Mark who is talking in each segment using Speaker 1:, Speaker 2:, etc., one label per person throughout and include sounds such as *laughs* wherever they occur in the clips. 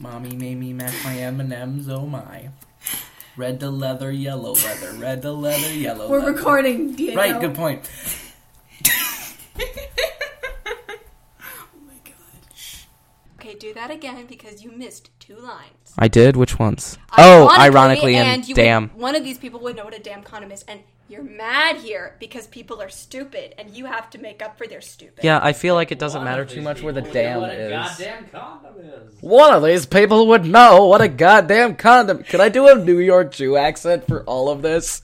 Speaker 1: Mommy made me mash my M and M's. Oh my. Red to leather, yellow leather. Red to leather, yellow.
Speaker 2: We're
Speaker 1: leather.
Speaker 2: recording, Diego.
Speaker 1: Right.
Speaker 2: *laughs*
Speaker 1: Good point.
Speaker 2: Oh
Speaker 3: Okay, do that again because you missed two lines.
Speaker 4: I did. Which ones? oh, ironically, and,
Speaker 3: you
Speaker 4: damn.
Speaker 3: Would, one of these people would know what a damn condom is, and you're mad here because people are stupid, and you have to make up for their stupid.
Speaker 4: yeah, I feel like it doesn't
Speaker 5: One
Speaker 4: matter
Speaker 5: of
Speaker 4: too
Speaker 5: these
Speaker 4: much where the
Speaker 5: people would know
Speaker 4: damn
Speaker 5: what a
Speaker 4: is.
Speaker 5: Goddamn condom is.
Speaker 4: One of these people would know what a goddamn condom. Could I do a New York Jew accent for all of this?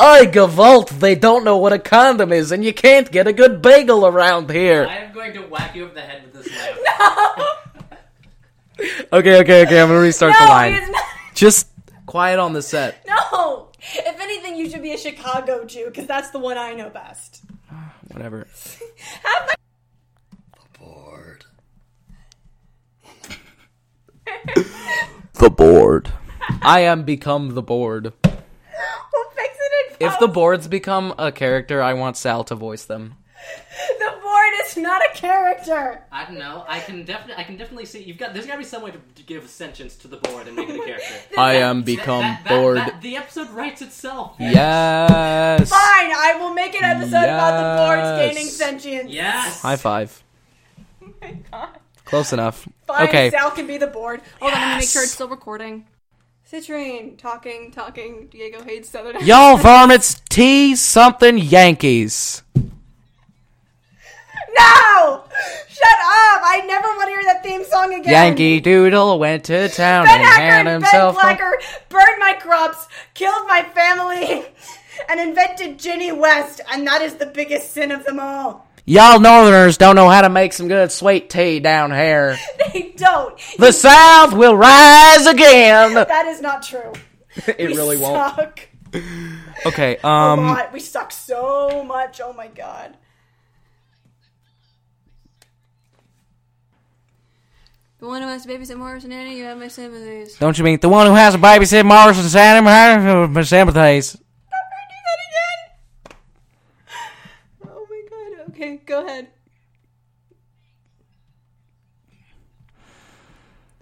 Speaker 4: I gavalt, they don't know what a condom is, and you can't get a good bagel around here.
Speaker 5: I am going to whack you over the head with this laugh.
Speaker 4: Okay, okay, okay. I'm gonna restart the
Speaker 3: no,
Speaker 4: line.
Speaker 3: it's not.
Speaker 4: Just quiet on the set.
Speaker 3: *laughs* No. If anything, you should be a Chicago Jew because that's the one I know best. *laughs*
Speaker 4: Whatever.
Speaker 1: Bored.
Speaker 4: The board. I am become the board.
Speaker 3: We'll *laughs* fix it. In
Speaker 4: If the boards become a character, I want Sal to voice them.
Speaker 3: the board is not a character.
Speaker 5: I don't know. I can definitely, I can definitely see. You've got. There's got to be some way to give sentience to the board and make it a *laughs* character.
Speaker 4: I am become
Speaker 3: *laughs*
Speaker 5: That- that-
Speaker 4: bored.
Speaker 5: that- the episode writes itself.
Speaker 4: Yes.
Speaker 3: Fine, I will make an episode about the boards gaining
Speaker 4: Yes.
Speaker 3: sentience.
Speaker 5: Yes.
Speaker 4: High five.
Speaker 3: *laughs* Oh my god.
Speaker 4: Close enough.
Speaker 3: Fine,
Speaker 4: okay.
Speaker 3: Sal can be the board. Hold on, I'm gonna make sure
Speaker 4: Yes.
Speaker 3: it's still recording. Citrine, talking, talking. Diego hates Southern.
Speaker 4: Y'all varmints T something Yankees.
Speaker 3: No! Shut up! I never want to hear that theme song again.
Speaker 4: Yankee Doodle went to town
Speaker 3: Ben
Speaker 4: and had
Speaker 3: Hacker, Ben
Speaker 4: himself a-
Speaker 3: Blacker burned my crops, killed my family, *laughs* and invented Ginny West, and that is the biggest sin of them all.
Speaker 4: Y'all northerners don't know how to make some good sweet tea down here.
Speaker 3: They don't.
Speaker 4: The South will rise again.
Speaker 3: That is not true.
Speaker 4: It
Speaker 3: We
Speaker 4: really
Speaker 3: *laughs*
Speaker 4: won't.
Speaker 3: suck
Speaker 4: Okay,
Speaker 3: a
Speaker 4: um
Speaker 3: lot. We suck so much. Oh my god. The one who has to babysit Morris and Annie, you have my sympathies.
Speaker 4: don't you mean the one who has a babysit Morrison's Adam has my sympathies.
Speaker 3: Do that again. Oh my god. Okay, go ahead.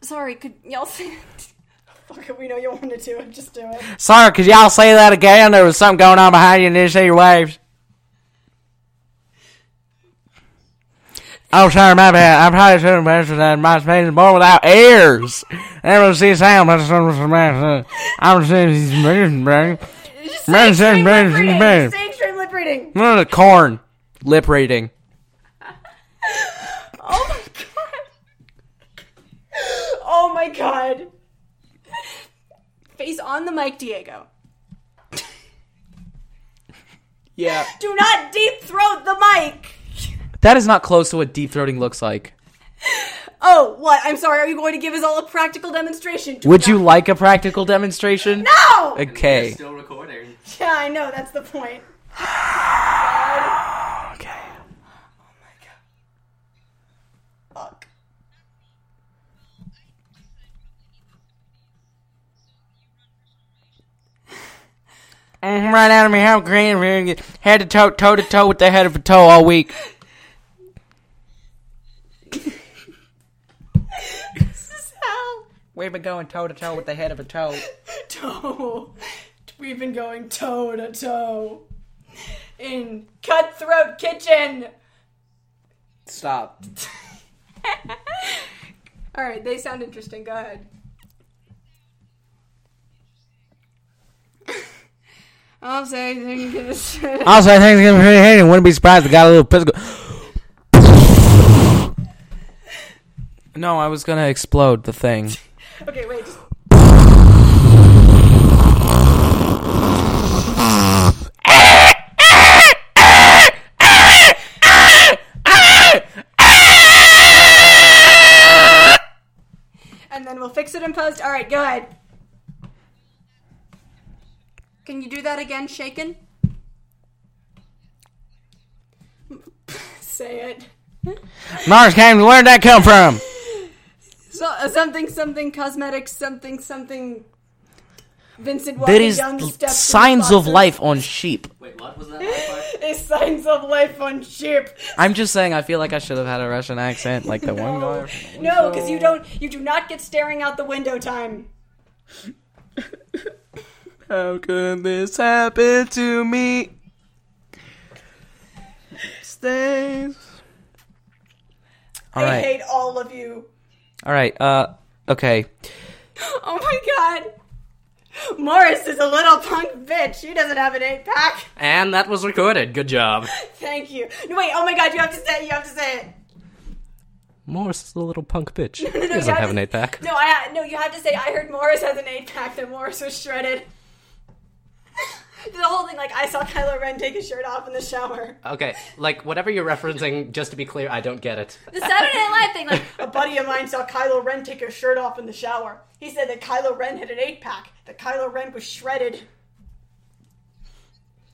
Speaker 3: Sorry, could
Speaker 4: *laughs*
Speaker 3: y'all say it? Fuck it, we know you wanted to. Just do it.
Speaker 4: Sorry, could y'all say that again? There was something going on behind you and didn't see your waves. Oh, sorry, my bad. I'm probably shouldn't mention that my space is born without ears. Everyone sees sound, but it's not- I'm saying he's
Speaker 3: Just
Speaker 4: Man, man, man,
Speaker 3: say extreme lip reading.
Speaker 4: man.
Speaker 3: Say extreme lip reading.
Speaker 4: the corn. Lip reading.
Speaker 3: Oh my god. Oh my god. Face on the mic, Diego.
Speaker 4: Yeah.
Speaker 3: Do not deep throat the mic.
Speaker 4: That is not close to what deep throating looks like.
Speaker 3: Oh, what? I'm sorry. Are you going to give us all a practical demonstration? Do
Speaker 4: Would
Speaker 3: not-
Speaker 4: you like a practical demonstration?
Speaker 3: No.
Speaker 4: Okay.
Speaker 5: Still recording.
Speaker 3: Yeah, I know. That's the point.
Speaker 4: Okay.
Speaker 3: Oh Fuck.
Speaker 4: Mhm, Right out of me, how green, green, head to toe, toe to toe with the head of a toe all week.
Speaker 3: Sal.
Speaker 4: We've been going toe to toe with the head of a toe.
Speaker 3: Toe. We've been going toe to toe in Cutthroat Kitchen.
Speaker 4: Stop.
Speaker 3: All right, they sound interesting. Go ahead. I'll say things give a shit.
Speaker 4: Also, I think it's gonna be pretty hating. Wouldn't be surprised if it got a little physical. no, I was gonna explode the thing.
Speaker 3: Okay, wait. Just... And then we'll fix it in post. All right, go ahead. Can you do that again, shaken? Say it.
Speaker 4: Mars came. Where'd that come from?
Speaker 3: So, uh, something, something, cosmetics, something, something. Vincent Walker
Speaker 4: There is
Speaker 3: Young
Speaker 4: l-
Speaker 3: steps
Speaker 4: signs
Speaker 3: in
Speaker 4: of life on sheep.
Speaker 5: Wait, what was that last *laughs* part?
Speaker 3: Is *laughs* signs of life on ship.
Speaker 4: I'm just saying. I feel like I should have had a Russian accent, like the one guy. from the
Speaker 3: Oh, No,
Speaker 4: show.
Speaker 3: because you don't. You do not get staring out the window time.
Speaker 4: *laughs* How could this happen to me? Stays. All
Speaker 3: I
Speaker 4: right.
Speaker 3: hate all of you.
Speaker 4: All right. Uh. Okay.
Speaker 3: Oh my god. Morris is a little punk bitch. She doesn't have an eight pack.
Speaker 5: And that was recorded. Good job.
Speaker 3: Thank you. No, wait. Oh my god. You have to say. it. You have to say it.
Speaker 5: Morris is a little punk bitch.
Speaker 4: *laughs*
Speaker 3: no,
Speaker 5: he doesn't
Speaker 3: you have
Speaker 5: have
Speaker 3: to-
Speaker 5: an eight pack.
Speaker 3: No, I no. You have to say. I heard Morris has an eight pack. That Morris was shredded. *laughs* the whole thing. Like I saw Kylo Ren take his shirt off in the shower.
Speaker 5: Okay, like whatever you're referencing, just to be clear, I don't get it.
Speaker 3: The Saturday Night Live thing, like a buddy of mine saw Kylo Ren take his shirt off in the shower. He said that Kylo Ren had an eight pack. That Kylo Ren was shredded.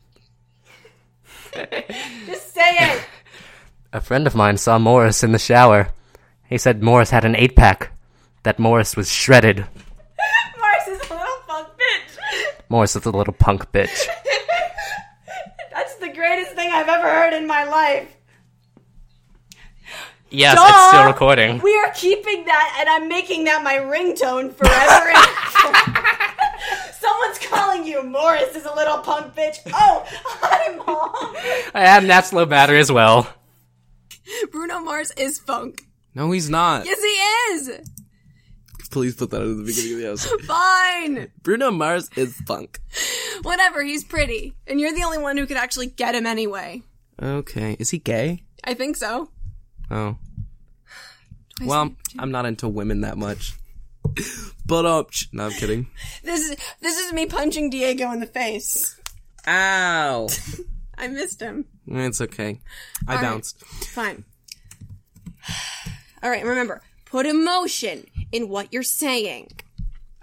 Speaker 3: *laughs* Just say it.
Speaker 5: A friend of mine saw Morris in the shower. He said Morris had an eight pack. That Morris was shredded.
Speaker 3: Mars is a little fuck bitch.
Speaker 5: Morris is a little punk bitch.
Speaker 3: That's the greatest thing I've ever heard in my life.
Speaker 5: Yes,
Speaker 3: Duh!
Speaker 5: it's still recording.
Speaker 3: We are keeping that, and I'm making that my ringtone forever. and- *laughs* Someone's calling you. Morris is a little punk bitch. Oh, hi, mom.
Speaker 5: And that's low battery as well.
Speaker 3: *laughs* Bruno Mars is funk.
Speaker 4: No, he's not.
Speaker 3: Yes, he is.
Speaker 4: Please put that at the beginning of the episode.
Speaker 3: Fine.
Speaker 4: *laughs* Bruno Mars is funk.
Speaker 3: Whatever. He's pretty, and you're the only one who could actually get him anyway.
Speaker 4: Okay. Is he gay?
Speaker 3: I think so.
Speaker 4: Oh. Well, I'm not into women that much. *laughs* But up. No, I'm kidding.
Speaker 3: This is this is me punching Diego in the face.
Speaker 4: Ow.
Speaker 3: I missed him.
Speaker 4: It's okay. I bounced.
Speaker 3: Fine. All right. Remember, put emotion in what you're saying.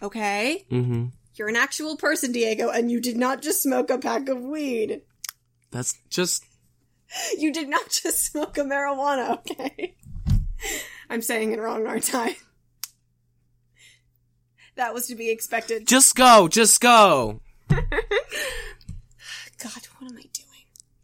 Speaker 3: Okay. Mm-hmm. You're an actual person, Diego, and you did not just smoke a pack of weed.
Speaker 4: That's just.
Speaker 3: You did not *laughs* just smoke a marijuana. Okay. I'm saying it wrong, aren't I? That was to be expected.
Speaker 4: Just go. Just go.
Speaker 3: God, what am I doing?